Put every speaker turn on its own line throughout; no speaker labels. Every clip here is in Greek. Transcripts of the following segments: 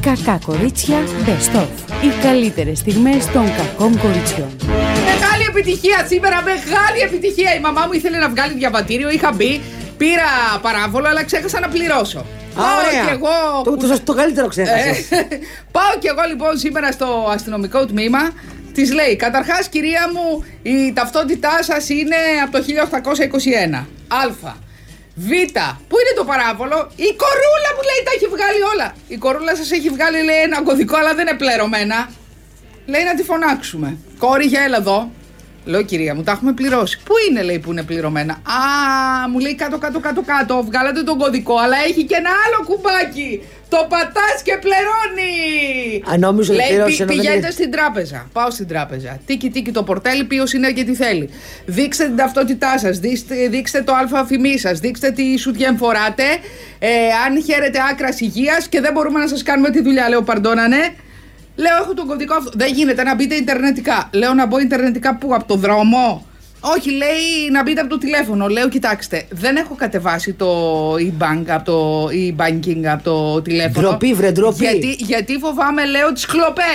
Κακά κορίτσια Best of. Οι καλύτερες στιγμές των κακών κοριτσιών.
Μεγάλη επιτυχία σήμερα, μεγάλη επιτυχία. Η μαμά μου ήθελε να βγάλει διαβατήριο, είχα μπει, πήρα παράβολο, αλλά ξέχασα να πληρώσω.
Ωραία.
κι εγώ.
Το, το, το καλύτερο
Ε,
ξέχασε.
πάω κι εγώ λοιπόν σήμερα στο αστυνομικό τμήμα. Της λέει, Καταρχάς, κυρία μου, η ταυτότητά σας είναι από το 1821. Α. Β. Πού είναι το παράβολο, Η κορούλα μου λέει τα έχει βγάλει όλα. Η κορούλα σας έχει βγάλει, λέει, ένα κωδικό, αλλά δεν είναι πληρωμένα. Λέει να τη φωνάξουμε. Κόρη, για έλα εδώ. Λέω, κυρία μου, τα έχουμε πληρώσει. Πού είναι, λέει, που είναι πληρωμένα. Α, μου λέει κάτω, κάτω, κάτω, κάτω. Βγάλατε τον κωδικό, αλλά έχει και ένα άλλο κουμπάκι. Το πατάς και πληρώνει.
Α, νόμιζα ότι
λέει,
πληρώσε, ενώ δεν
πηγαίνετε
είναι.
στην τράπεζα. Πάω στην τράπεζα. Τίκι, τίκι το πορτέλι, ποιος είναι και τι θέλει. Δείξτε την ταυτότητά σας, δείξτε, δείξτε το αλφαφημί σας, δείξτε τι σουτιέν φοράτε. Ε, αν χαίρετε άκρας υγείας και δεν μπορούμε να σας κάνουμε τη δουλειά, λέω, παρντώνανε. Λέω, έχω τον κωδικό αυτό. Δεν γίνεται να μπείτε Ιντερνετικά. Λέω, να μπω Ιντερνετικά πού, από το δρόμο. Όχι, λέει να μπείτε από το τηλέφωνο. Λέω, κοιτάξτε, δεν έχω κατεβάσει το e-bank από το e-banking από το τηλέφωνο.
Ντροπή, βρε, ντροπή.
Γιατί, γιατί φοβάμαι, λέω, τις κλοπές.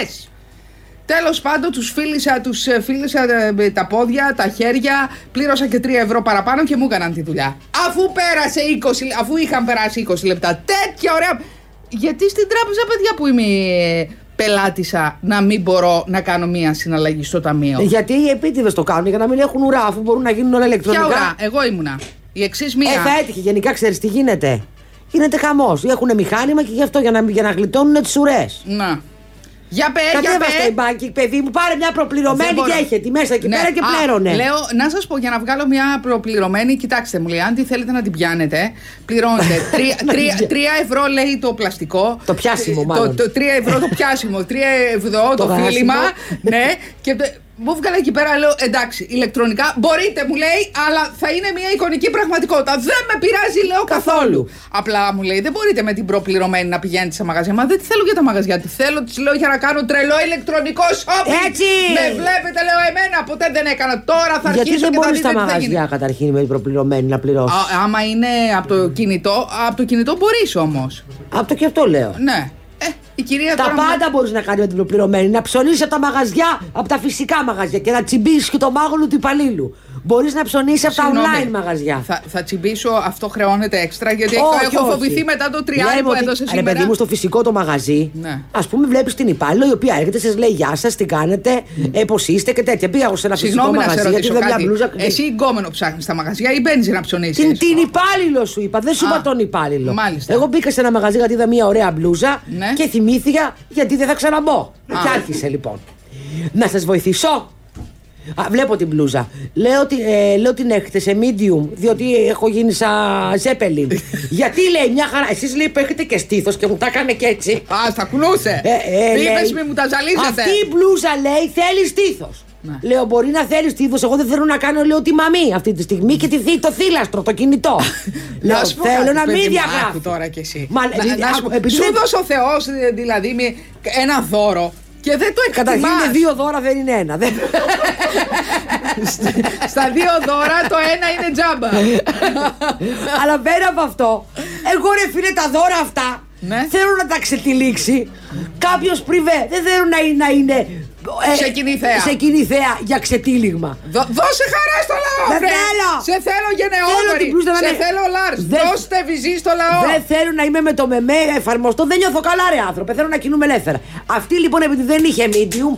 Τέλος πάντων, τους φίλησα, τους ε, φίλησα ε, με τα πόδια, τα χέρια, πλήρωσα και 3 ευρώ παραπάνω και μου έκαναν τη δουλειά. Αφού, πέρασε 20, λε- αφού είχαν περάσει 20 λεπτά, τέτοια ωραία. Γιατί στην τράπεζα, παιδιά που είμαι ε, πελάτησα, να μην μπορώ να κάνω μία συναλλαγή στο ταμείο.
Ε, Γιατί οι επίτηδες το κάνουν για να μην έχουν ουρά, αφού μπορούν να γίνουν όλα
Ποια
ηλεκτρονικά.
ώρα, εγώ ήμουνα. Η εξής μία.
Ε, θα έτυχε. Γενικά ξέρεις τι γίνεται. Γίνεται χαμός. Έχουν μηχάνημα και γι' αυτό για να, για να γλιτώνουν τις ουρές.
Να. Για πε, Ε, για
Κατέβασε
πε.
τα μπάκι, παιδί μου, πάρε μια
Δεν
προπληρωμένη
μπορώ.
και έχει τη μέσα εκεί
Ναι.
πέρα και
Α,
πλέρωνε.
Λέω, να σας πω για να βγάλω μια προπληρωμένη, κοιτάξτε μου λέει, αν τη θέλετε να την πιάνετε, πληρώνετε. τρία, τρία, τρία ευρώ λέει το πλαστικό.
Το πιάσιμο,
Το-
μάλλον.
Το, τρία ευρώ το πιάσιμο, τρία ευρώ το,
Το
φίλημα.
γάσιμο.
ναι, και το- μου βγάλε εκεί πέρα, λέω εντάξει, ηλεκτρονικά μπορείτε, μου λέει, αλλά θα είναι μια εικονική πραγματικότητα. Δεν με πειράζει, λέω καθόλου. Απλά μου λέει, δεν μπορείτε με την προπληρωμένη να πηγαίνετε σε μαγαζιά. Μα δεν τη θέλω για τα μαγαζιά. Τη θέλω, της λέω για να κάνω τρελό ηλεκτρονικό shopping.
Έτσι!
Με βλέπετε, λέω εμένα, ποτέ δεν έκανα. Τώρα θα
Γιατί
αρχίσω
δεν
και θα
μπορείς
δείτε
στα
τι θα γίνει.
μαγαζιά καταρχήν με την προπληρωμένη να πληρώσεις.
Α, άμα είναι από το κινητό, από το κινητό μπορείς όμως.
Από το και αυτό λέω.
Ναι. Ε, η κυρία
Τα
τώρα μου-
πάντα μπορείς να κάνει με την προπληρωμένη. Να ψωνίσει από τα μαγαζιά, από τα φυσικά μαγαζιά και να τσιμπήσεις και το μάγουλο του υπαλλήλου. Μπορείς να ψωνίσεις από τα
Συγγνώμη.
online μαγαζιά.
Θα, θα τσιμπήσω, αυτό χρεώνεται έξτρα γιατί
Όχι,
έχω
όχι.
φοβηθεί μετά το 30
Λέμε
που
ότι,
έδωσε
Ρε
σήμερα.
παιδί μου, στο φυσικό το μαγαζί,
Ναι.
ας πούμε, βλέπεις την υπάλληλο η οποία έρχεται, σας λέει Γεια σας, τι κάνετε, ε, πώς είστε και τέτοια. Πήγα εγώ σε ένα
Συγγνώμη
φυσικό
να σε
μαγαζί, γιατί
ρωτήσω
δεν μια
κάτι.
μπλούζα.
Εσύ γκόμενο ψάχνει στα μαγαζιά ή μπαίνεις να ψωνίσεις.
Την, την υπάλληλο σου είπα, δεν σου
Α,
είπα τον υπάλληλο.
μάλιστα.
Εγώ μπήκα σε ένα μαγαζί γιατί είδα μια ωραία μπλούζα
Ναι.
και θυμήθηκα γιατί δεν θα ξαναμπώ.
Α.
Και άρχισε λοιπόν. Να σας βοηθήσω. Α, βλέπω την μπλούζα. Λέω ότι, ε, λέω την έχετε σε medium, διότι έχω γίνει σαν Ζέπελιν. γιατί λέει μια χαρά. Εσείς λέει που έχετε και στήθος και μου τα έκανε και έτσι.
Α, θα κουνούσε.
Ε, ε,
Είπες,
λέει,
μη μου τα ζαλίζετε.
Αυτή η μπλούζα λέει θέλει στήθος.
Ναι.
Λέω μπορεί να θέλει στήθος. Εγώ δεν θέλω να κάνω λέω τη μαμή αυτή τη στιγμή και τη, θύ- το θύλαστρο, το κινητό. λέω
Να σου πω
θέλω
κάτι,
να
παιδί
μην
μου,
διαγράφω.
άκου τώρα κι εσύ.
Μα,
να,
δι-
να σου,
άκου, επειδή
σου
δεν-
δώσε ο Θεός δηλαδή με ένα δώρο και δεν το
Καταρχήν
εκτιμάς.
είναι δύο δώρα, δεν είναι ένα. Δεν...
Στα δύο δώρα το ένα είναι τζάμπα.
Αλλά πέρα από αυτό, εγώ ρε φίλε τα δώρα αυτά
Ναι.
θέλω να τα ξετυλίξει κάποιος πριβέ. Δεν θέλω να είναι. Να είναι ε,
Σε κοινή θέα.
σε κοινή θέα για ξετύλιγμα.
Δώ- δώσε χαρά στο λαό!
Δεν
βρε.
θέλω.
Σε θέλω
Θέλω
γενναιόδορη!
την πλούσια να
Σε
είναι-
θέλω Λάρς!
Δεν-
Δώστε βυζί στο λαό!
Δεν θέλω να είμαι με το μεμέ εφαρμοστό, δεν νιώθω καλά, ρε άνθρωπε. Θέλω να κινούμε ελεύθερα. Αυτή λοιπόν επειδή δεν είχε medium,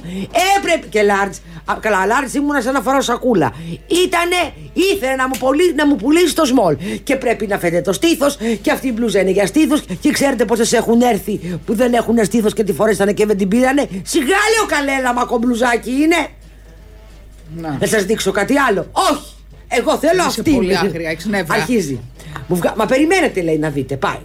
έπρεπε και large. Α, Καλά, large ήμουνα σαν να φοράω σακούλα. Ήτανε, ήθελε να μου, πουλήσει, να μου πουλήσει το small. Και πρέπει να φαίνεται το στήθος, και αυτή η μπλούζα είναι για στήθος. Και ξέρετε πόσες έχουν έρθει που δεν έχουν στήθος και τη φορέσανε και δεν την πήρανε. Σιγά λέω καλέλα, μακομπλουζάκι είναι.
Να.
Να σας δείξω κάτι άλλο. Όχι! Εγώ θέλω
Είσαι
αυτή.
πολύ άγρια, έχεις νεύρα.
Αρχίζει. Μου βγα- Μα περιμένετε, λέει, να δείτε. Πάει.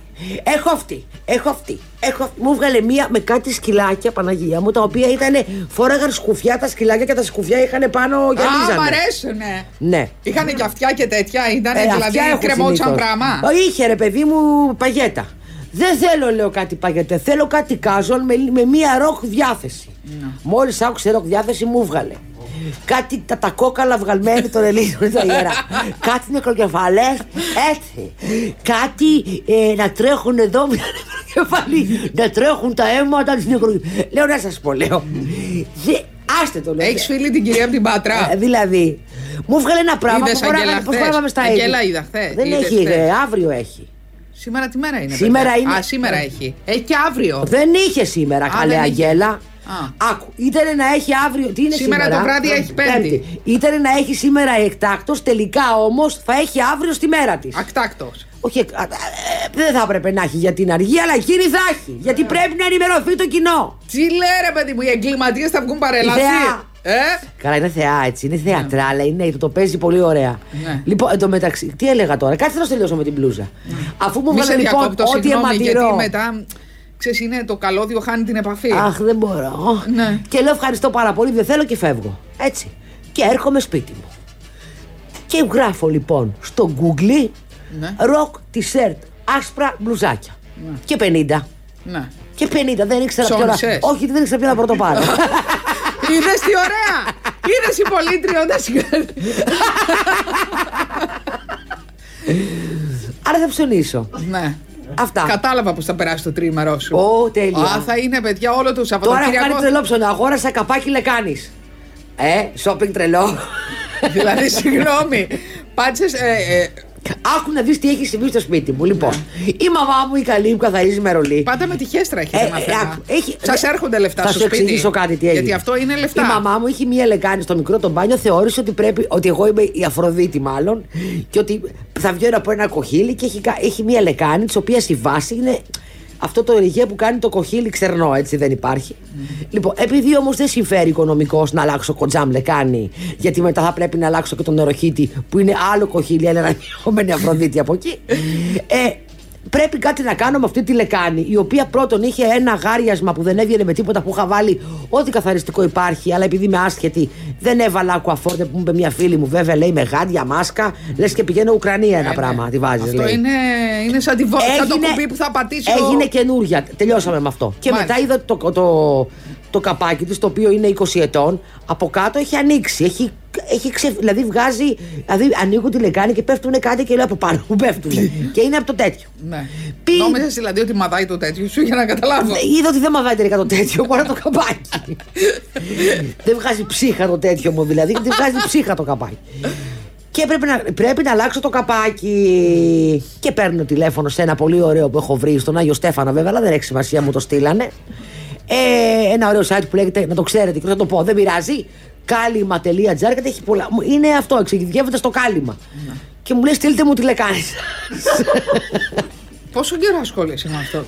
Έχω αυτή. Έχω αυτή. Έχω... αυτή. Μου βγάλε μία με κάτι σκυλάκια, Παναγία μου, τα οποία ήταν. Φόραγαν σκουφιά τα σκυλάκια και τα σκουφιά είχαν πάνω
Α, μ'
γυαλίζανε.
αρέσουνε!
Ναι.
Είχανε και αυτιά και τέτοια, ήταν
Ε,
δηλαδή
αυτιά έχω
κρεμότσαν
συνήθως.
πράγμα.
Ε, Είχε ρε παιδί μου παγέτα. Δεν θέλω, λέω κάτι παγέτα. Θέλω
Ναι.
κάτι κάζον με, με μία ροκ διάθεση. Μόλις άκουσε ροκ διάθεση, μου βγάλε. κάτι τα, τα κόκαλα βγαλμένη των Ελλήνων τα ιερά. κάτι νεκροκεφαλές, έτσι. Κάτι ε, να τρέχουν εδώ μια νεκροκεφαλή. να τρέχουν τα αίματα της νεκροκεφαλή. Λέω να σας πω, λέω. «Δε- Άστε το λέω.
Έχεις φίλη την κυρία από την Πάτρα.
Ε, δηλαδή, μου βγάλε ένα πράγμα
Είδες
που μπορεί
Αγγέλα
να
χθες?
προσπαθάμε στα
Αγγέλα
ίδια.
είδα χθες,
Δεν
είδες
έχει,
χθες.
ρε, αύριο έχει.
Σήμερα τι μέρα είναι.
Σήμερα
παιδιά?
είναι-
Α, σήμερα έχει. Έχει και αύριο.
Δεν είχε σήμερα,
Α,
καλέ
δεν είχε.
Αγγέλα.
Α.
Άκου, ήταν να έχει αύριο. Τι είναι
Σήμερα
σήμερα,
το βράδυ έχει Πέμπτη.
Ήταν να έχει σήμερα εκτάκτος, τελικά όμως θα έχει αύριο στη μέρα της.
Ακτάκτο.
Όχι, εκ- α, ε, δεν θα έπρεπε να έχει για την αργή, αλλά εκείνη θα έχει. Γιατί πρέπει να ενημερωθεί το κοινό.
Τι λέει ρε παιδί μου, οι εγκληματίες θα βγουν παρελάθη.
Ιδέα.
Ε,
Καλά, είναι θεά έτσι. Είναι θεατράλα, είναι, το παίζει πολύ ωραία.
Ναι.
Λοιπόν, εντωμεταξύ, τι έλεγα τώρα, κάτσε να σου τελειώσω με την πλούζα. Αφού μου
μη σε
βγάλε λοιπόν
διακόπτω,
ό,τι
συγγνώμη, γιατί
αιματηρό.
μετά. Ξέρεις, είναι το καλώδιο χάνει την επαφή.
Αχ, δεν μπορώ.
Ναι.
Και λέω ευχαριστώ πάρα πολύ, δεν θέλω και φεύγω. Έτσι. Και έρχομαι σπίτι μου. Και γράφω λοιπόν στο Google
Ναι.
ροκ t-shirt, άσπρα μπλουζάκια. Και 50.
Ναι.
Και 50, δεν ήξερα ποιο να...
Ψώνισες.
Όχι, δεν ήξερα ποιο να πρωτοπάρω.
Είδες τι ωραία! Είδες η πολίτρια όταν σηκώνει.
Άρα θα ψωνίσω.
Ναι.
Αυτά.
Κατάλαβα πώ θα περάσει το τρίμερο σου.
Ω, τέλεια.
Α, θα είναι παιδιά όλο το
Τώρα έχω κάνει
Σαββατοκύριακο.
τρελό ψωνό. Αγόρασα καπάκι λεκάνης. Ε, shopping τρελό.
δηλαδή, συγγνώμη. Πάτσε. Ε, ε,
Άκου να δεις τι έχει συμβεί στο σπίτι μου. Λοιπόν, η μαμά μου η καλή που καθαρίζει με ρολί.
πάτα με τη χέστρα, έχετε
Ε,
ε,
ε, άκου, έχει-
Σας έρχονται λεφτά
θα
στο
σου
σπίτι.
εξηγήσω κάτι τι έγινε.
Γιατί αυτό είναι λεφτά.
Η μαμά μου είχε μία λεκάνη στο μικρό το μπάνιο, θεώρησε ότι πρέπει, ότι εγώ είμαι η Αφροδίτη μάλλον, και ότι θα βγαίνω από ένα κοχύλι και έχει, κα- έχει μία λεκάνη, της οποίας η βάση είναι αυτό το ρηγέ που κάνει το κοχύλι ξερνό, έτσι δεν υπάρχει. Λοιπόν, επειδή όμως δεν συμφέρει οικονομικώ να αλλάξω κοντζάμ λεκάνη, γιατί μετά θα πρέπει να αλλάξω και τον νεροχύτη που είναι άλλο κοχύλι, αλλά ανανεωμένη Αφροδίτη από εκεί. Ε, Πρέπει κάτι να κάνω με αυτή τη λεκάνη, η οποία πρώτον είχε ένα γάριασμα που δεν έβγαινε με τίποτα που είχα βάλει ό,τι καθαριστικό υπάρχει, αλλά επειδή είμαι άσχετη, δεν έβαλα ακουαφόρτε που μου είπε μια φίλη μου. Βέβαια, λέει με γάντια, μάσκα, λες και πηγαίνω Ουκρανία ένα
Ε, ναι.
πράγμα. Τη βάζεις,
Αυτό
λέει.
είναι, είναι σαν, τη βο... σαν το κουμπί που θα πατήσω.
Έγινε καινούρια. Τελειώσαμε με αυτό. Και
Μάλιστα.
μετά είδα το, το, το, καπάκι της, το οποίο είναι 20 ετών. Από κάτω έχει ανοίξει. Έχει, έχει ξε- δηλαδή βγάζει. Δηλαδή ανοίγουν τη λεκάνη και πέφτουν κάτι και λέω από πάνω μου πέφτουν. και είναι από το τέτοιο.
Ναι.
Πι-
Νόμιζες δηλαδή ότι μαδάει το τέτοιο σου για να καταλάβω.
Ε, Είδα ότι δεν μαγάει τελικά το τέτοιο, παρά το καπάκι. δεν βγάζει ψύχα το τέτοιο μου, δηλαδή, δεν βγάζει ψύχα το καπάκι. Και πρέπει να, πρέπει να αλλάξω το καπάκι. Και παίρνω τηλέφωνο σε ένα πολύ ωραίο που έχω βρει στον Άγιο Στέφανο, βέβαια, αλλά δεν έχει σημασία, μου το στείλανε. Ε, ένα ωραίο site που λέγεται, να το ξέρετε και θα το πω, δεν πειράζει. Κάλυμα.gr γιατί έχει πολλά. μου- Είναι αυτό, εξειδικεύεται στο κάλυμα. Και μου λέει, στείλτε μου τη λεκάνη
Πόσο καιρό ασχολείσαι με αυτό.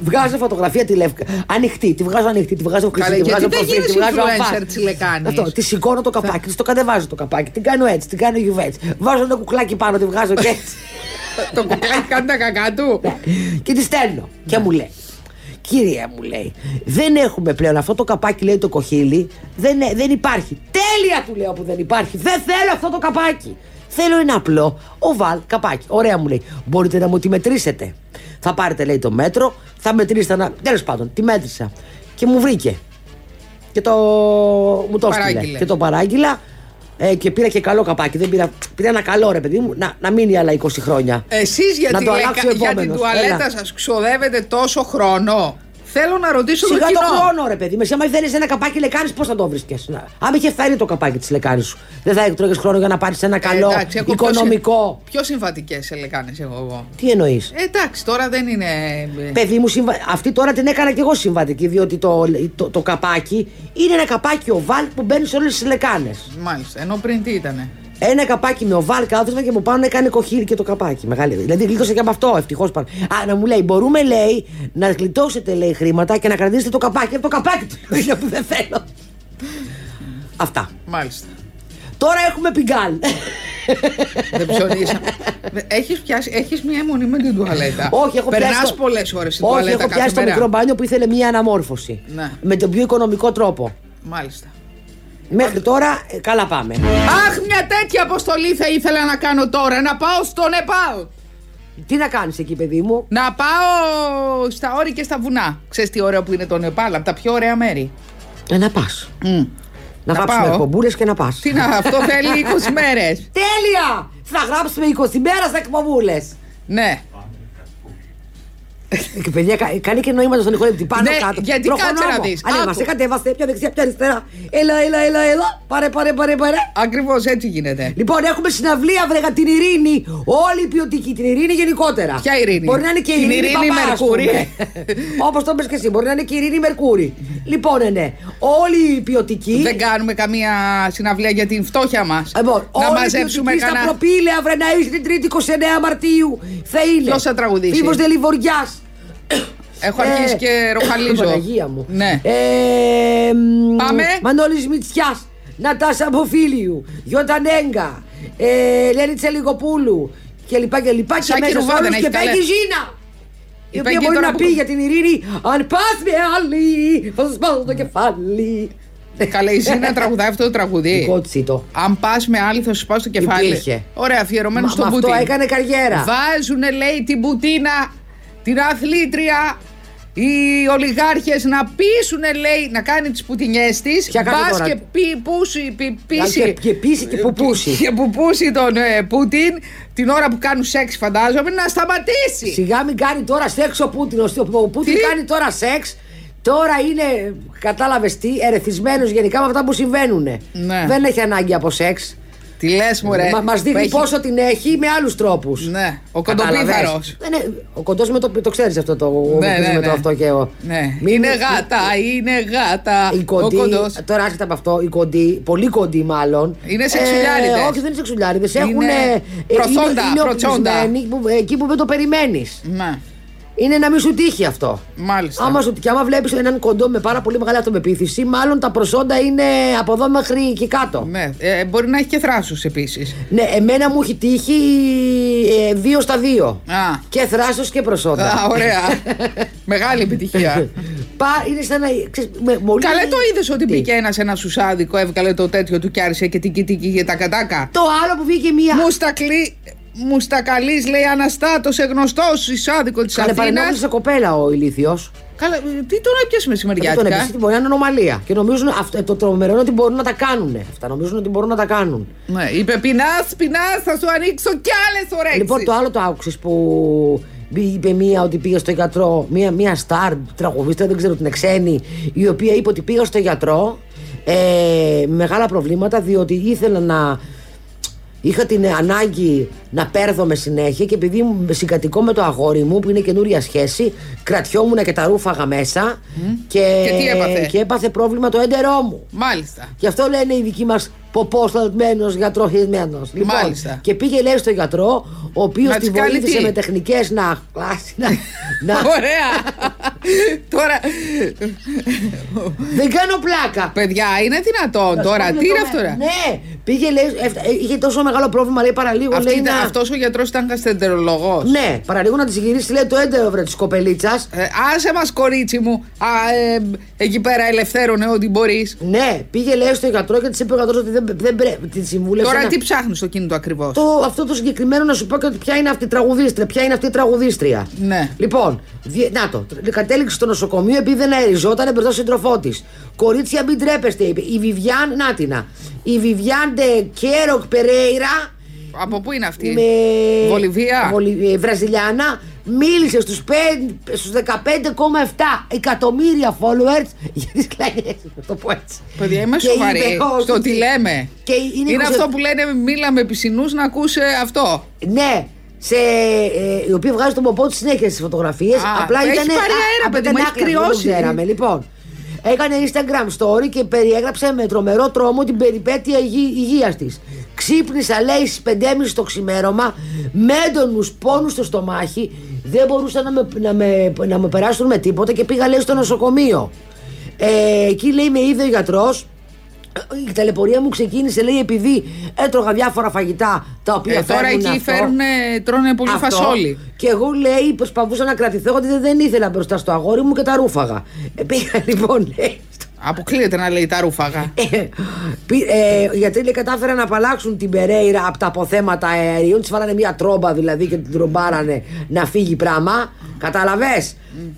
Βγάζω φωτογραφία τη λευκά. Ανοιχτή, τη βγάζω ανοιχτή, τη βγάζω
Καλέ,
κλειστή, τη
γιατί δεν
βγάζω προφίλ, τη
γίνεσαι
βγάζω
influencer
αφάν.
της λεκάνης?
Αυτό, τη σηκώνω το καπάκι, της το κατεβάζω το καπάκι, την κάνω έτσι, την κάνω γιουβέτσι. Βάζω ένα κουκλάκι πάνω, τη βγάζω και έτσι.
το κουκλάκι κάνει τα κακά του.
Ε, και τη στέλνω. Και μου λέει. Κύριε μου λέει, δεν έχουμε πλέον αυτό το καπάκι λέει το κοχύλι, δεν, ε- δεν υπάρχει. Τέλεια του λέω που δεν υπάρχει, δεν θέλω αυτό το καπάκι. Θέλω ένα απλό οβάλ καπάκι. Ωραία μου λέει, μπορείτε να μου τη μετρήσετε. Θα πάρετε λέει το μέτρο, θα μετρήσετε να... Τέλος πάντων, τη μέτρησα και μου βρήκε. Και το... μου το
Παράγγειλε.
έστειλε. Και το παράγγειλα ε, και πήρα και καλό καπάκι. Δεν πήρα, πήρα ένα καλό ρε παιδί μου, να, να μείνει άλλα 20 χρόνια.
Εσείς για,
Να
τη
το
λεκα-
αλλάξει ο
για την
επόμενος.
τουαλέτα
Έλα.
σας ξοδεύετε τόσο χρόνο. Θέλω να ρωτήσω
Σιγά
το
το
κοινό.
χρόνο, ρε παιδί. Με άμα θέλεις ένα καπάκι λεκάνης, πώς θα το βρίσκε. Αν είχε φέρει το καπάκι της λεκάνης σου, δεν θα έτρωγες χρόνο για να πάρεις ένα καλό
Ε, εντάξει, έχω πιο συ-
οικονομικό.
Πιο συμβατικές ελεκάνε έχω εγώ.
Τι εννοείς.
Ε, εντάξει, τώρα δεν είναι. ε,
Παιδί μου, συμβα... αυτή τώρα την έκανα και εγώ συμβατική, διότι το, το, το καπάκι είναι ένα καπάκι οβάλ που μπαίνεις σε όλες τις λεκάνες.
Μάλιστα. Ενώ πριν τι ήτανε.
Ένα καπάκι με οβάλ κάθισμα και μου πάνω έκανε κοχύλι και το καπάκι. Μεγάλη. Δηλαδή γλίτωσε και από αυτό, ευτυχώς πάνω. Α, να μου λέει, μπορούμε λέει να γλιτώσετε λέει χρήματα και να κρατήσετε το καπάκι. Από το καπάκι του είναι που δεν θέλω. Αυτά.
Μάλιστα.
Τώρα έχουμε πιγκάλ.
δεν ψωνίσαμε. Έχεις πιάσει, έχεις μία αιμονή με την τουαλέτα.
Όχι, έχω
Περνάς
πιάσει. το-
πολλές ώρες στην
Όχι,
τουαλέτα
έχω
κάθε
πιάσει το
μέρα.
μικρό μπάνιο που ήθελε μία αναμόρφωση.
Ναι.
Με τον πιο οικονομικό τρόπο.
Μάλιστα.
Μέχρι τώρα, ε, καλά πάμε.
Αχ, μια τέτοια αποστολή θα ήθελα να κάνω τώρα. Να πάω στο Νεπάλ.
Τι να κάνεις εκεί, παιδί μου.
Να πάω στα όρη και στα βουνά. Ξέρεις τι ωραίο που είναι το Νεπάλ, από τα πιο ωραία μέρη.
Ε, να πας.
Μμ. Να
Να, γράψουμε
πάω.
εκπομπούλες και να πας.
Τι να, αυτό θέλει 20 μέρες.
Τέλεια! Θα γράψουμε 20 μέρες εκπομπούλες.
Ναι.
Ε, Και παιδιά, κα- κάνει και νόημα στον ηχολέπτη. Πάνω
Ναι,
κάτω.
γιατί
Τροχονόμο.
κάτσε να δεις.
Ανέβασε,
Άκου.
κατέβασε, πια δεξιά, πια αριστερά. Έλα, έλα, έλα, έλα. Πάρε, πάρε, πάρε, πάρε.
Ακριβώς έτσι γίνεται.
Λοιπόν, έχουμε συναυλία, βρεγα την ειρήνη. Όλη η ποιοτική, την ειρήνη γενικότερα.
Ποια ειρήνη?
Μπορεί να είναι και η
Την
ειρήνη,
Ειρήνη
παπάς, ας
Μερκούρη.
πούμε. Όπως το πες και εσύ, μπορεί να είναι και η ειρήνη Μερκούρη. λοιπόν, ε, ναι, όλη η ποιοτική.
Δεν κάνουμε καμία συναυλία για την φτώχεια μας.
Λοιπόν,
Να
όλη η
μαζέψουμε
ποιοτική Στα
κανένα.
προπήλαια, αύριο να είσαι την Τρίτη 29 Μαρτίου. Θα είναι.
Ποιος θα τραγουδήσει?
Φίβος Δελιβοριάς.
Έχω αρχίσει και ροχαλίζω.
Ε, Παναγία μου.
Ναι.
Ε, μ,
Πάμε.
Μανώλης Μητσιάς, Νατάσα Αποφίλιου, Γιώτα Νέγκα, ε, Ελένη Τσελιγοπούλου και λοιπά και λοιπά και
Σάκη
μέσα σε
Ρουβά
όλους
δεν
και
έχει
Πέγγι
καλέ-
Ζήνα. Η
Η
οποία
Πέγγι
μπορεί
τώρα
να
που-
πει για την ειρήνη Αν πας με άλλη θα σου σπάσω το κεφάλι
Καλέ, η Ζήνα τραγουδάει αυτό το τραγουδί.
ε, Δικό της ήτο.
Αν πας με άλλη, θα σου πάω στο κεφάλι.
Υπήρχε.
Ωραία, αφιερωμένο
Μα-
στον
με
Πουτίν.
αυτό έκανε καριέρα.
Βάζουνε, λέει, την Πουτίνα, την αθλήτρια, οι ολιγάρχες να πείσουνε, λέει, να κάνει τις πουτινιές της.
Ποια κάνει τώρα?
και πι, πούσει, πι, πίσει.
Και- Και πίσει και πουπούσει
Και πουπούσει τον ε, Πούτιν την ώρα που κάνουν σεξ, φαντάζομαι, να σταματήσει.
Σιγά μην κάνει τώρα σεξ ο Πούτιν. Ο- Ο Πούτιν
Τι?
κάνει τώρα σεξ. Τώρα είναι, κατάλαβες τι, ερεθισμένος γενικά με αυτά που συμβαίνουν.
Ναι.
Δεν έχει ανάγκη από σεξ.
Τι λες, μωρέ.
Μα μας
που
δείχνει
έχει-
πόσο την έχει με άλλους τρόπους.
Ναι, ο κοντοπίδαρος.
Κοντοπίδαρος Δεν είναι- ο κοντός με το, το ξέρεις αυτό το. ο
Ναι,
μικρός
ναι,
με
ναι.
το αυτό και ο.
Ναι.
Μην-
είναι γάτα, είναι γάτα.
Η κοντή,
Ο κοντός.
τώρα άρχεται από αυτό, η κοντή, πολύ κοντή μάλλον. Ε,
Είναι σεξουλιάριδες.
όχι, δεν είναι σεξουλιάριδες, Έχουν.
Είναι
ε,
προθόντα,
είναι, είναι
προτσόντα.
οπλισμένοι που- εκεί που δεν το περιμένεις.
Ναι,
Είναι να μην σου τύχει αυτό.
μάλιστα.
Άμα σου, και άμα βλέπεις έναν κοντό με πάρα πολύ μεγάλη αυτοπεποίθηση, μάλλον τα προσόντα είναι από εδώ μέχρι εκεί κάτω.
Ναι. Ε, μπορεί να έχει και θράσους επίσης.
Ναι, εμένα μου έχει τύχει ε, δύο στα δύο.
Α.
Και θράσος και προσόντα.
Α, ωραία. Μεγάλη επιτυχία.
Πα, είναι σαν να. Ξέρεις, με, μολύνει-
Καλέ το είδες ότι
Τι?
μπήκε ένας ένας σουσάδικο, έβγαλε το τέτοιο του και άρχισε και την κοιτική για τα κατάκα.
Το άλλο που βγήκε μία.
Μουστακλή, μουστακαλής λέει Αναστάτος, σε γνωστό σουσάδικο της
Καλέ παρενόχλησε
Αθήνας.
σε κοπέλα ο ηλίθιος.
Καλά, ε, τι τον έπιασες
Δεν τον έπεισε,
μεσημεριάτικα.
τι μπορεί να είναι ανομαλία. Και νομίζουν αυτό, ε, το τρομερό είναι ότι μπορούν να τα κάνουν. Αυτά νομίζουν ότι μπορούν να τα κάνουν.
Ναι, είπε πεινάς, πεινάς, θα σου ανοίξω κι άλλες ωρέξεις.
Λοιπόν, το άλλο το άκουσες που μπή- είπε μία ότι πήγε στο γιατρό, μία, μία star τραγουδίστρια, δεν ξέρω την ξένη, η οποία είπε ότι πήγα στο γιατρό ε, με μεγάλα προβλήματα διότι ήθελα να. Είχα την ανάγκη να παίρνομαι συνέχεια και επειδή συγκατοικώ με το αγόρι μου που είναι καινούρια σχέση, κρατιόμουν και τα ρούφαγα μέσα και,
Και τι έπαθε?
και έπαθε πρόβλημα το έντερό μου.
Μάλιστα.
Γι' αυτό λένε οι δικοί μας ποπό σταθμένο, γιατρό χεσμένο. Λοιπόν,
Μάλιστα.
Και πήγε λέει στο γιατρό, ο οποίος
Να
τη
της κάνει
βοήθησε
τι?
με τεχνικές να. κλάσει, να, να
Ωραία. Τώρα.
δεν κάνω πλάκα.
Παιδιά, είναι δυνατόν τώρα. Τι είναι αυτό, ρε.
Ναι, πήγε λέει, έφτα- είχε τόσο μεγάλο πρόβλημα, λέει παραλίγο.
Αυτή
Ναι, λέει,
ήταν-
να-
Αυτός ο γιατρός ήταν καστεντερολογός.
Ναι, παραλίγο να τη γυρίσει, λέει το έντερο βρε της κοπελίτσας.
Ε, άσε μας κορίτσι μου Α, ε, Εκεί πέρα ελευθέρωνε ό,τι μπορείς
Ναι, πήγε λέει στο γιατρό και της είπε ο γιατρός ότι δεν, δεν πρέπει. Τη συμβούλευσε.
Τώρα
να-
τι ψάχνεις στο κινητό ακριβώς
το, αυτό το συγκεκριμένο να σου πω και ότι ποια είναι αυτή η τραγουδίστρια. Ποια είναι αυτή η τραγουδίστρια.
Ναι.
Λοιπόν, διε- να το. Κατέληξε στο νοσοκομείο επειδή δεν αεριζόταν μπροστά στον σύντροφό της. Κορίτσια, μην τρέπεστε, είπε. Η Βιβιάν, Νάτινα. Η Βιβιάν Ντε Κέροκ Περέιρα.
Από πού είναι αυτή
Με...
Βολιβία
Βολι- ε, Βραζιλιάνα μίλησε στους, πεν- στους 15,7 εκατομμύρια followers για τις κλανιές, να το πω έτσι.
Παιδιά είμαι
Και
σοβαρή
είπε, «Ω,
Στο τι λέμε
Και είναι, 20
αυτό που λένε μίλα με πισινούς να ακούσε αυτό
Ναι, σε, ε, η οποία βγάζει τον ποπό της συνέχεια στις φωτογραφίες.
Α,
Απλά
έχει
ήταν.
πάρει αέρα, παιδί μου, έχει κρυώσει. δηλαδή.
Ξέραμε, λοιπόν. Έκανε Instagram story και περιέγραψε με τρομερό τρόμο την περιπέτεια υγε- υγείας της. Ξύπνησα, λέει, στις 5.30 το ξημέρωμα, με έντονους πόνους στο στομάχι, δεν μπορούσαν να με, να, με, να με περάσουν με τίποτα και πήγα, λέει, στο νοσοκομείο. Ε, εκεί, λέει, με είδε ο γιατρός, η ταλαιπωρία μου ξεκίνησε, λέει, επειδή έτρωγα διάφορα φαγητά τα οποία
ε, Τώρα
φέρνουν
εκεί
αυτό.
φέρουνε, τρώνε πολύ
Αυτό.
φασόλι
Και εγώ λέει προσπαθούσα να κρατηθώ γιατί δεν ήθελα μπροστά στο αγόρι μου και τα ρούφαγα. Ε, πήγα λοιπόν. λέει, στο-
Αποκλείεται να λέει τα ρούφαγα
ε, πή- ε, γιατί λέει κατάφεραν να απαλλάξουν την Περέιρα από τα αποθέματα αερίων. Της βάλανε μια τρόμπα δηλαδή και την τρομπάρανε να φύγει πράγμα. Καταλαβέ.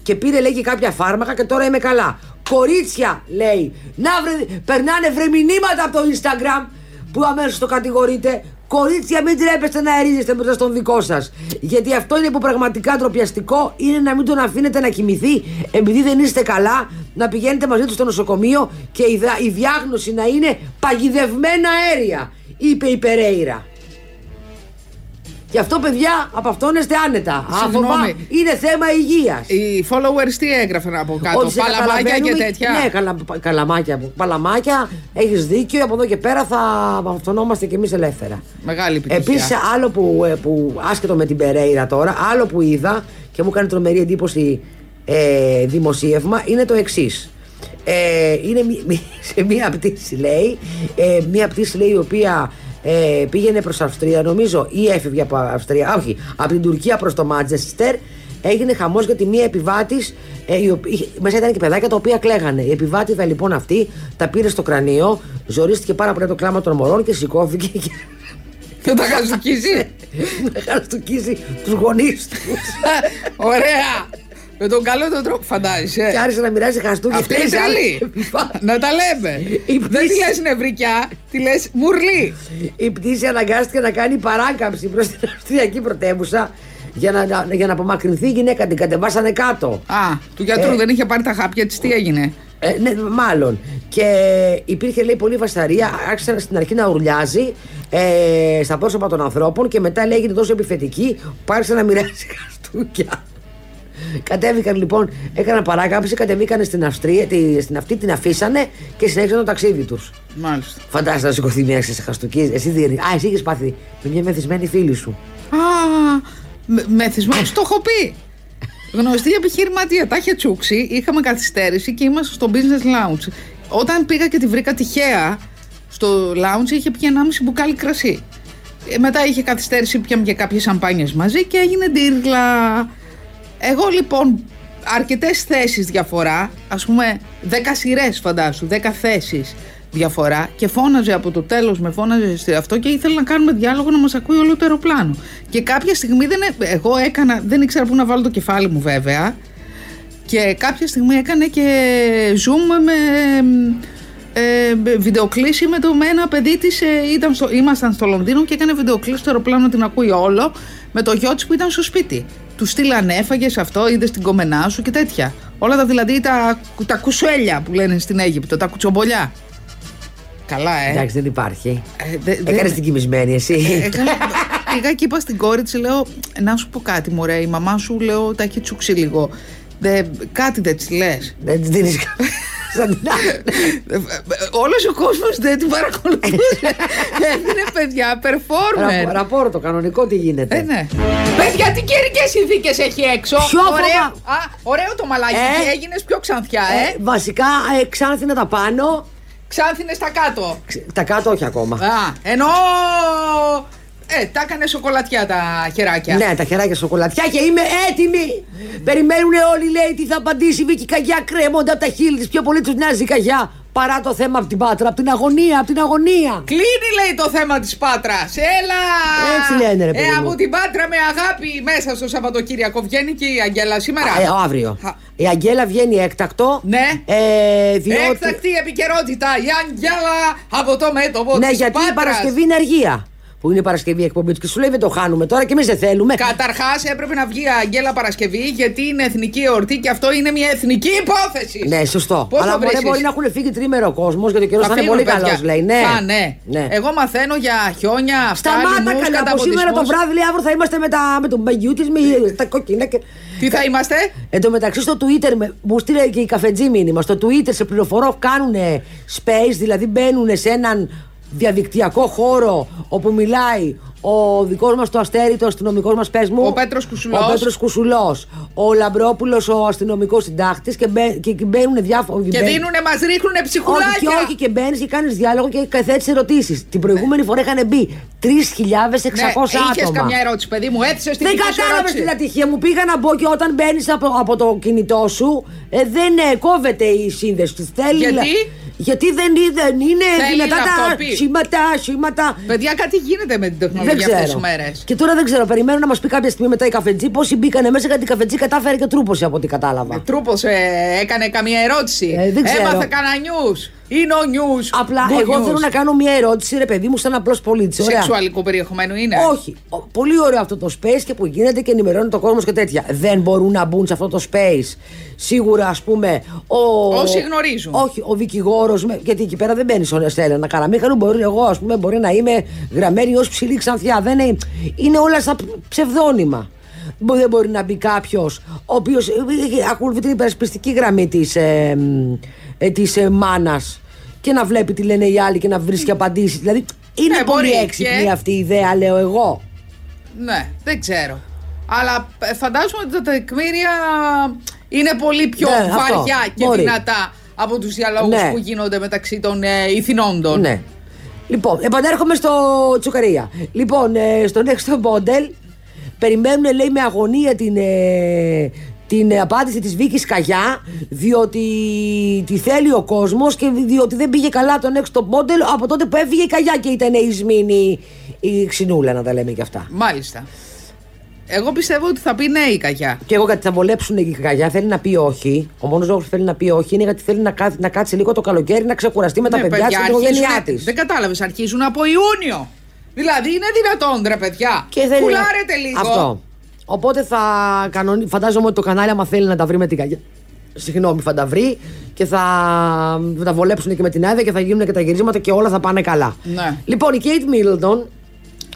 Και πήρε λέει και κάποια φάρμακα και τώρα είμαι καλά. Κορίτσια, λέει. Να βρε, περνάνε βρε μηνύματα από το Instagram που αμέσως το κατηγορείτε. Κορίτσια, μην τρέπεστε να ερίζεστε μπροστά στον δικό σας. Γιατί αυτό είναι που πραγματικά ντροπιαστικό είναι να μην τον αφήνετε να κοιμηθεί επειδή δεν είστε καλά, να πηγαίνετε μαζί του στο νοσοκομείο και η, δα- η διάγνωση να είναι παγιδευμένα αέρια, είπε η Περέιρα. Γι' αυτό, παιδιά, απαυτώνεστε άνετα.
Συγγνώμη.
Άφοβα είναι θέμα υγείας.
Οι followers τι έγραφαν από κάτω,
Ότι σε
παλαμάκια και
καταλαβαίνουμε-
τέτοια.
Ναι, καλα, πα- καλαμάκια. μου. Παλαμάκια, έχεις δίκιο. Από εδώ και πέρα θα αυτονόμαστε κι εμείς ελεύθερα.
Μεγάλη επιτυχία.
Επίσης, άλλο που, ε, που άσχετο με την Περέιρα τώρα, άλλο που είδα και μου κάνει τρομερή εντύπωση ε, δημοσίευμα είναι το εξής. Ε, είναι μι- μι- σε μία πτήση, λέει, ε, μία πτήση λέει η οποία ε, πήγαινε προς Αυστρία, νομίζω, ή έφευγε από Αυστρία, α, όχι, από την Τουρκία προς το Μάτζεστερ. Έγινε χαμός γιατί μία επιβάτης. Ε, η οποία- είχε- μέσα ήταν και παιδάκια τα οποία κλαίγανε. Η επιβάτηδα λοιπόν αυτή τα πήρε στο κρανίο, ζορίστηκε πάρα πολύ από το κλάμα των μωρών και σηκώθηκε και
Και τα χαζουκίζει.
να χαστοκίσει τους γονείς τους.
Ωραία. Με τον καλό τον τρόπο φαντάζεσαι.
Και άρχισε να μοιράζει χαστούκι.
Αυτή είναι καλή. Να τα λέμε.
Η
Δεν τη
πτήση-
λες νευρικιά, τη λες μουρλή.
Η πτήση αναγκάστηκε να κάνει παράκαμψη προς την Αυστριακή πρωτεύουσα για να, να- για να απομακρυνθεί η γυναίκα. Την κατεβάσανε κάτω.
Α, του γιατρού
Ε.
δεν είχε πάρει τα χάπια της, τι έγινε.
Ε, ναι, μάλλον. Και υπήρχε λέει πολλή βασαρία. Άρχισε στην αρχή να ουρλιάζει ε, στα πρόσωπα των ανθρώπων και μετά λέει έγινε τόσο επιθετική που άρχισε να μοιράζει χαστούκια. Κατέβηκαν λοιπόν, έκαναν παράκαμψη, κατεβήκαν στην, Αυστρία, τη- στην αυτή, την αφήσανε και συνέχισαν το ταξίδι τους.
Μάλιστα.
Φαντάζεσαι να σηκωθεί μια σε χαστούκι. Εσύ διαιρεί. Α, εσύ είχες πάθει με μια μεθυσμένη φίλη σου.
Α, με- μεθυσμός, το έχω πει. Γνωστή επιχειρηματία, τα είχε τσούξει, είχαμε καθυστέρηση και ήμασταν στο business lounge. Όταν πήγα και τη βρήκα τυχαία στο lounge είχε πει 1,5 μπουκάλι κρασί. Ε, μετά είχε καθυστέρηση, πιάμε και κάποιες σαμπάνιες μαζί και έγινε ντύρλα. Εγώ λοιπόν αρκετές θέσεις διαφορά, ας πούμε 10 σειρές φαντάσου, 10 θέσεις διαφορά και φώναζε από το τέλος με φώναζε σε αυτό και ήθελε να κάνουμε διάλογο να μας ακούει όλο το αεροπλάνο. Και κάποια στιγμή δεν, ε- εγώ έκανα, δεν ήξερα πού να βάλω το κεφάλι μου βέβαια και κάποια στιγμή έκανε και zoom με ε, με βιντεοκλήση με, το, με ένα παιδί της, ε, ήταν στο, ήμασταν στο Λονδίνο και έκανε βιντεοκλήση στο αεροπλάνο, την ακούει όλο, με το γιο της που ήταν στο σπίτι. Τους στείλανε, έφαγες αυτό, είδες την κομμενά σου και τέτοια. Όλα τα δηλαδή τα, τα κουσουέλια που λένε στην Αίγυπτο, τα κουτσομπολιά. Καλά, ε.
Εντάξει, δεν υπάρχει.
Ε, δε- δεν- Ε,
Έκανες την κοιμισμένη εσύ.
Έκανα- Πήγα και είπα στην κόρη της, λέω, να σου πω κάτι, μωρέ, η μαμά σου, λέω, τα έχει τσουξεί λίγο. Δε, κάτι δεν της λες.
Δεν της δίνεις Σαν την άλλη.
Όλος ο κόσμος δεν την παρακολουθούσε. Έδινε παιδιά,
Ραπο-
performer.
Ραπόρτο, κανονικό τι
Ε,
γίνεται.
ναι. Παιδιά, τι καιρικές συνθήκες έχει έξω.
Πιο
ωραίο,
φοβα-
α, ωραίο το μαλάκι.
Ε.
Έγινες πιο ξανθιά, ε.
Ε, βασικά, ε, ξάνθινα τα πάνω.
Ξάνθινε τα κάτω.
ξ- Τα κάτω όχι ακόμα.
Α, ενώ. Ε, τα έκανε σοκολατιά τα χεράκια.
Ναι, τα χεράκια σοκολατιά και είμαι έτοιμη! Περιμένουν όλοι, λέει, τι θα απαντήσει η Βίκυ Καγιά. Κρέμονται από τα χείλη της. Πιο πολύ τους νοιάζει η Καγιά παρά το θέμα από την πάτρα. Από την αγωνία, από την αγωνία.
Κλείνει λέει το θέμα της Πάτρας Έλα
Έτσι λένε, ρε παιδί
ε,
μου.
Από την Πάτρα με αγάπη μέσα στο Σαββατοκύριακο Βγαίνει και η Αγγέλα σήμερα
Α, ε, αύριο.
Α.
Η Αγγέλα βγαίνει έκτακτο.
Ναι.
Ε, διότι...
Έκτακτη επικαιρότητα Η Αγγέλα από το μέτωπο
Ναι,
της
γιατί η
Πάτρας.
Παρασκευή είναι αργία. Που είναι η Παρασκευή η εκπομπή του και σου λέει δεν το χάνουμε τώρα και εμείς δεν θέλουμε.
Καταρχάς έπρεπε να βγει η Αγγέλα Παρασκευή Γιατί είναι εθνική εορτή και αυτό είναι μια εθνική υπόθεση
Ναι, σωστό.
Πώς
Αλλά
το
μωρέ,
βρίσκεις?
μπορεί να έχουν φύγει τρίμερο ο κόσμο και ο καιρός
Θα
θα είναι
φύγουν,
πολύ
παιδιά.
καλός, λέει. Ναι.
Θα, ναι.
ναι.
Εγώ μαθαίνω για χιόνια, αυτά,
Σταμάτα
λοιμούς,
καλά. Από σήμερα το
καταποντισμούς.
βράδυ, λέει, αύριο θα είμαστε με, τα, με τον μπαγιού της, με τα κόκκινα. Και...
Τι θα είμαστε
Εν τω μεταξύ στο Twitter, με- μου στείλε και η καφετζή μήνυμα. Στο Twitter σε πληροφορώ, κάνουν space, δηλαδή μπαίνουν σε έναν διαδικτυακό χώρο όπου μιλάει ο δικός μας το αστέρι, το αστυνομικός μας πες μου.
Ο Πέτρος Κουσουλός.
Ο Πέτρος Κουσουλός, Ο Λαμπρόπουλος, ο αστυνομικός συντάκτη και, μπαι- και, και μπαίνουν διάφοροι.
Και δίνουνε μας ρίχνουνε ψυχουλάκια
Όχι, και όχι, και μπαίνεις και κάνεις διάλογο και καθέτει ερωτήσεις. Την προηγούμενη φορά είχαν μπει 3.600
Ναι, είχες
άτομα.
καμιά ερώτηση, παιδί μου, έθισε την
Δεν
δική σου
κατάλαβες
ερώτηση.
την ατυχία μου. Πήγα να μπω και όταν μπαίνεις από, από το κινητό σου, ε, δεν ε, κόβεται η σύνδεση του. Θέλει,
Γιατί?
Γιατί δεν, δεν είναι
Θέλει
δυνατά
να
τα
το πει.
σήματα, σήματα.
Παιδιά, κάτι γίνεται με την
Δεν
τεχνολογία αυτές τις
ξέρω.
μέρες.
Και τώρα δεν ξέρω. Περιμένω να μας πει κάποια στιγμή μετά η καφετζή πόσοι μπήκανε μέσα. Γιατί η καφετζή κατάφερε και τρούποσε από ό,τι κατάλαβα.
Τρούπο ε, έκανε καμία ερώτηση.
Ε, δεν ξέρω.
Έμαθε κανένα νιου. Είναι ο νιους.
Απλά εγώ θέλω να κάνω μια ερώτηση, ρε παιδί μου, σαν απλός πολίτης.
Σεξουαλικού περιεχομένου είναι.
Όχι. Ο- Πολύ ωραίο αυτό το space και που γίνεται και ενημερώνει το κόσμο και τέτοια. Δεν μπορούν να μπουν σε αυτό το space. Σίγουρα, ας πούμε. Ο...
Όσοι γνωρίζουν.
Όχι, ο δικηγόρος. Γιατί εκεί πέρα δεν μπαίνει ο Στέλλα να καραμίχαλου. Μπορεί εγώ, ας πούμε, μπορεί να είμαι γραμμένη ως ψηλή ξανθιά. Δεν είναι... είναι όλα σαν ψευδόνυμα. Μπο- Δεν μπορεί να μπει κάποιος ο οποίος ακολουθεί την υπερασπιστική γραμμή της ε, ε, της, ε, μάνας και να βλέπει τι λένε οι άλλοι και να βρίσκει απαντήσεις. Δηλαδή είναι
Ναι,
πολύ
μπορεί
έξυπνη
και-
αυτή η ιδέα, λέω εγώ.
Ναι, δεν ξέρω. Αλλά ε, φαντάζομαι ότι τα τεκμήρια είναι πολύ πιο
Ναι, αυτό.
βαριά και
Μπορεί.
δυνατά από τους διαλόγους
Ναι.
που γίνονται μεταξύ των ε, ηθινόντων.
Ναι. Λοιπόν, επανέρχομαι στο Τσουκαρία. Λοιπόν, ε, στο Next Model περιμένουν, λέει, με αγωνία την, ε, την ε, απάντηση της Βίκης Καγιά, διότι τη θέλει ο κόσμος και διότι δεν πήγε καλά το Next Top Model από τότε που έφυγε η Καγιά και ήταν η Σμήνη η Ξινούλα, να τα λέμε και αυτά.
Μάλιστα. Εγώ πιστεύω ότι θα πει ναι η καγιά.
Και εγώ κάτι θα βολέψουν η Καγιά, θέλει να πει όχι. Ο μόνος λόγος που θέλει να πει όχι είναι γιατί θέλει να, κάθει- να κάτσει λίγο το καλοκαίρι να ξεκουραστεί με τα
Ναι,
παιδιά, της και την
αρχίζουν-
οικογένειά της.
Δεν κατάλαβες, αρχίζουν από Ιούνιο. Δηλαδή είναι δυνατόν, ρε παιδιά.
Και θέλει να-
Κουλάρετε λίγο.
Αυτό. Οπότε θα κανονι... φαντάζομαι ότι το κανάλι, άμα θέλει να τα βρει με την καγιά. Συγγνώμη, θα τα βρει και θα, θα τα βολέψουν και με την άδεια και θα γίνουν και τα γυρίσματα και όλα θα πάνε καλά.
Ναι.
Λοιπόν, η Κέιτ Μίλτον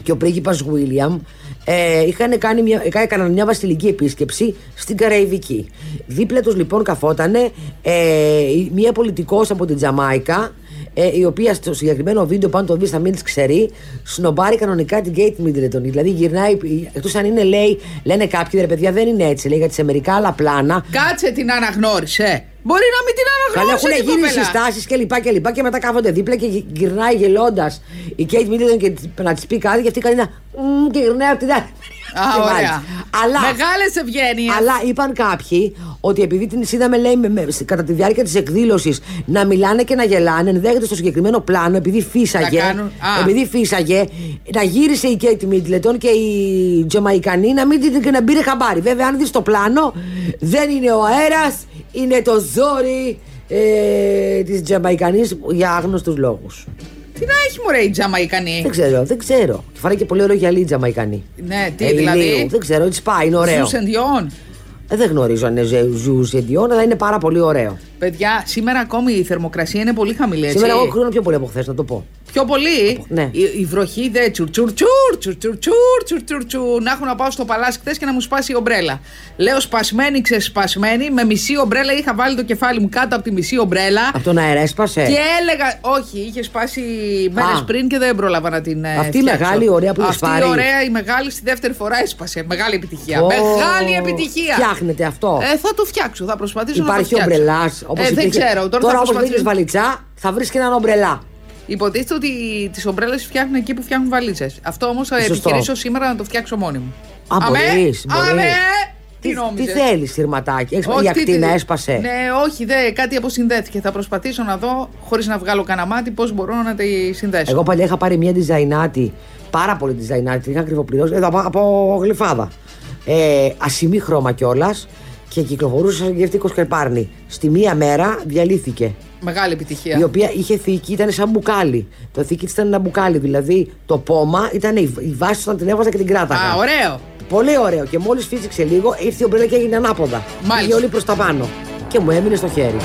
και ο πρίγκιπας Βίλιαμ ε, είχαν κάνει μια, ε, έκαναν μια βασιλική επίσκεψη στην Καραϊβική. Δίπλα τους λοιπόν καθότανε ε, η- μια πολιτικός από την Τζαμάικα ε, η οποία στο συγκεκριμένο βίντεο πάνω το δεις θα μην τις ξέρει σνομπάρει κανονικά την Kate Middleton δηλαδή γυρνάει εκτός αν είναι λέει λένε κάποιοι ρε παιδιά δεν είναι έτσι λέει γιατί σε μερικά άλλα πλάνα
Κάτσε την αναγνώρισε. Μπορεί να μην την
Καλά,
αναγνώρισε
έχουν
την
γίνει
κοπέλα.
συστάσεις και λοιπά και λοιπά και μετά κάθονται δίπλα και γυ- γυρνάει γελώντας η Κέιτ Μίτλετον και της- να της πει κάτι και αυτή κάνει ένα «μμμ» και γυρνάει από την άλλη.
Α,
Και βάλεις.
ωραία.
Αλλά,
Μεγάλες ευγένειες.
αλλά είπαν κάποιοι ότι επειδή την είδαμε, λέει, με- με- σε- κατά τη διάρκεια της εκδήλωσης να μιλάνε και να γελάνε, ενδέχεται στο συγκεκριμένο πλάνο, επειδή φύσαγε.
Να κάνουν- α.
Επειδή φύσαγε, να γύρισε η Κέιτ Μίτλετον και η Τζαμαϊκανή να μην την και να πήρε χαμπάρι. Βέβαια, αν δεις το πλάνο, δεν είναι ο αέρας, είναι το ζόρι ε, της Τζαμαϊκανής για άγνωστους λόγους.
Τι να έχει μωρέ η Τζαμαϊκανή.
Δεν ξέρω, δεν ξέρω. Και φοράει και πολύ ωραίο γυαλί η Τζαμαϊκανή.
Ναι, τι
Ελληνίου.
δηλαδή.
Δεν ξέρω, τη πάει, είναι ωραίο.
Ζους εν διόν.
Ε, Δεν γνωρίζω αν είναι ζε- ζους εντιών, αλλά είναι πάρα πολύ ωραίο.
Παιδιά, σήμερα ακόμη η θερμοκρασία είναι πολύ χαμηλή. έτσι.
Σήμερα εγώ κρίνω πιο πολύ από χθες, να το πω.
Πιο πολύ.
Ναι.
Η, η βροχή δε τσουρτσουρ, τσουρ, τσουρτσουρ, τσουρ, τσουρτσουρ, τσουρ. Να έχω να πάω στο παλάσι χθες και να μου σπάσει η ομπρέλα. Λέω σπασμένη, ξεσπασμένη. Με μισή ομπρέλα είχα βάλει το κεφάλι μου κάτω από τη μισή ομπρέλα.
Από τον αέρα έσπασε.
Και έλεγα, όχι, είχε σπάσει μέρες
Ε. Α.
πριν και δεν πρόλαβα να την. ε,
Αυτή η
φτιάξω.
μεγάλη, η ωραία που είχε
Αυτή
πάρει.
η ωραία, η μεγάλη στη δεύτερη φορά έσπασε. Μεγάλη επιτυχία.
Ω,
Μεγάλη επιτυχία.
Φτιάχνεται αυτό.
Ε, θα το φτιάξω, θα προσπαθήσω
Υπάρχει
να το φτιάξω.
ομπρελάς. Όπως
ε, δεν
υπήρχε-
ξέρω, τώρα, θα
τώρα όπως
προσπαθήσω.
βρήκε βαλιτσά, θα βρεις και έναν ομπρελά.
Υποτίθεται ότι τις ομπρέλες φτιάχνουν εκεί που φτιάχνουν βαλίτσες. Αυτό όμως θα
Σωστό.
επιχειρήσω σήμερα να το φτιάξω μόνη μου.
Α, μπορείς, μπορείς.
αμέ! Τι,
Τι, τι
νόμιζες?
θέλεις, σειρματάκι. Έχεις-
Όχι,
η
τι-
ακτίνα
τι-
έσπασε.
Ναι, όχι, δε, κάτι αποσυνδέθηκε. Θα προσπαθήσω να δω, χωρίς να βγάλω κανένα μάτι, πώς μπορώ να τη συνδέσω.
Εγώ παλιά είχα πάρει μια διζαϊνάτη, πάρα πολύ διζαϊνάτη, την είχα κρυφοπληρώσει εδώ, από, από γλυφάδα. Ε, ασημή χρώμα κιόλας και κυκλοφορούσε σαν γεύτικο σκερπάρνη. Στη μία μέρα διαλύθηκε.
Μεγάλη επιτυχία.
Η οποία είχε θήκη, ήταν σαν μπουκάλι. Το θήκη της ήταν ένα μπουκάλι, δηλαδή το πόμα ήταν η, η βάση όταν την έβαζα και την κράταγα.
Α, ωραίο.
Πολύ ωραίο. Και μόλις φύσηξε λίγο, ήρθε η ομπρέλα και έγινε ανάποδα.
Μάλιστα.
Πήγε όλη προς τα πάνω. Και μου έμεινε στο χέρι.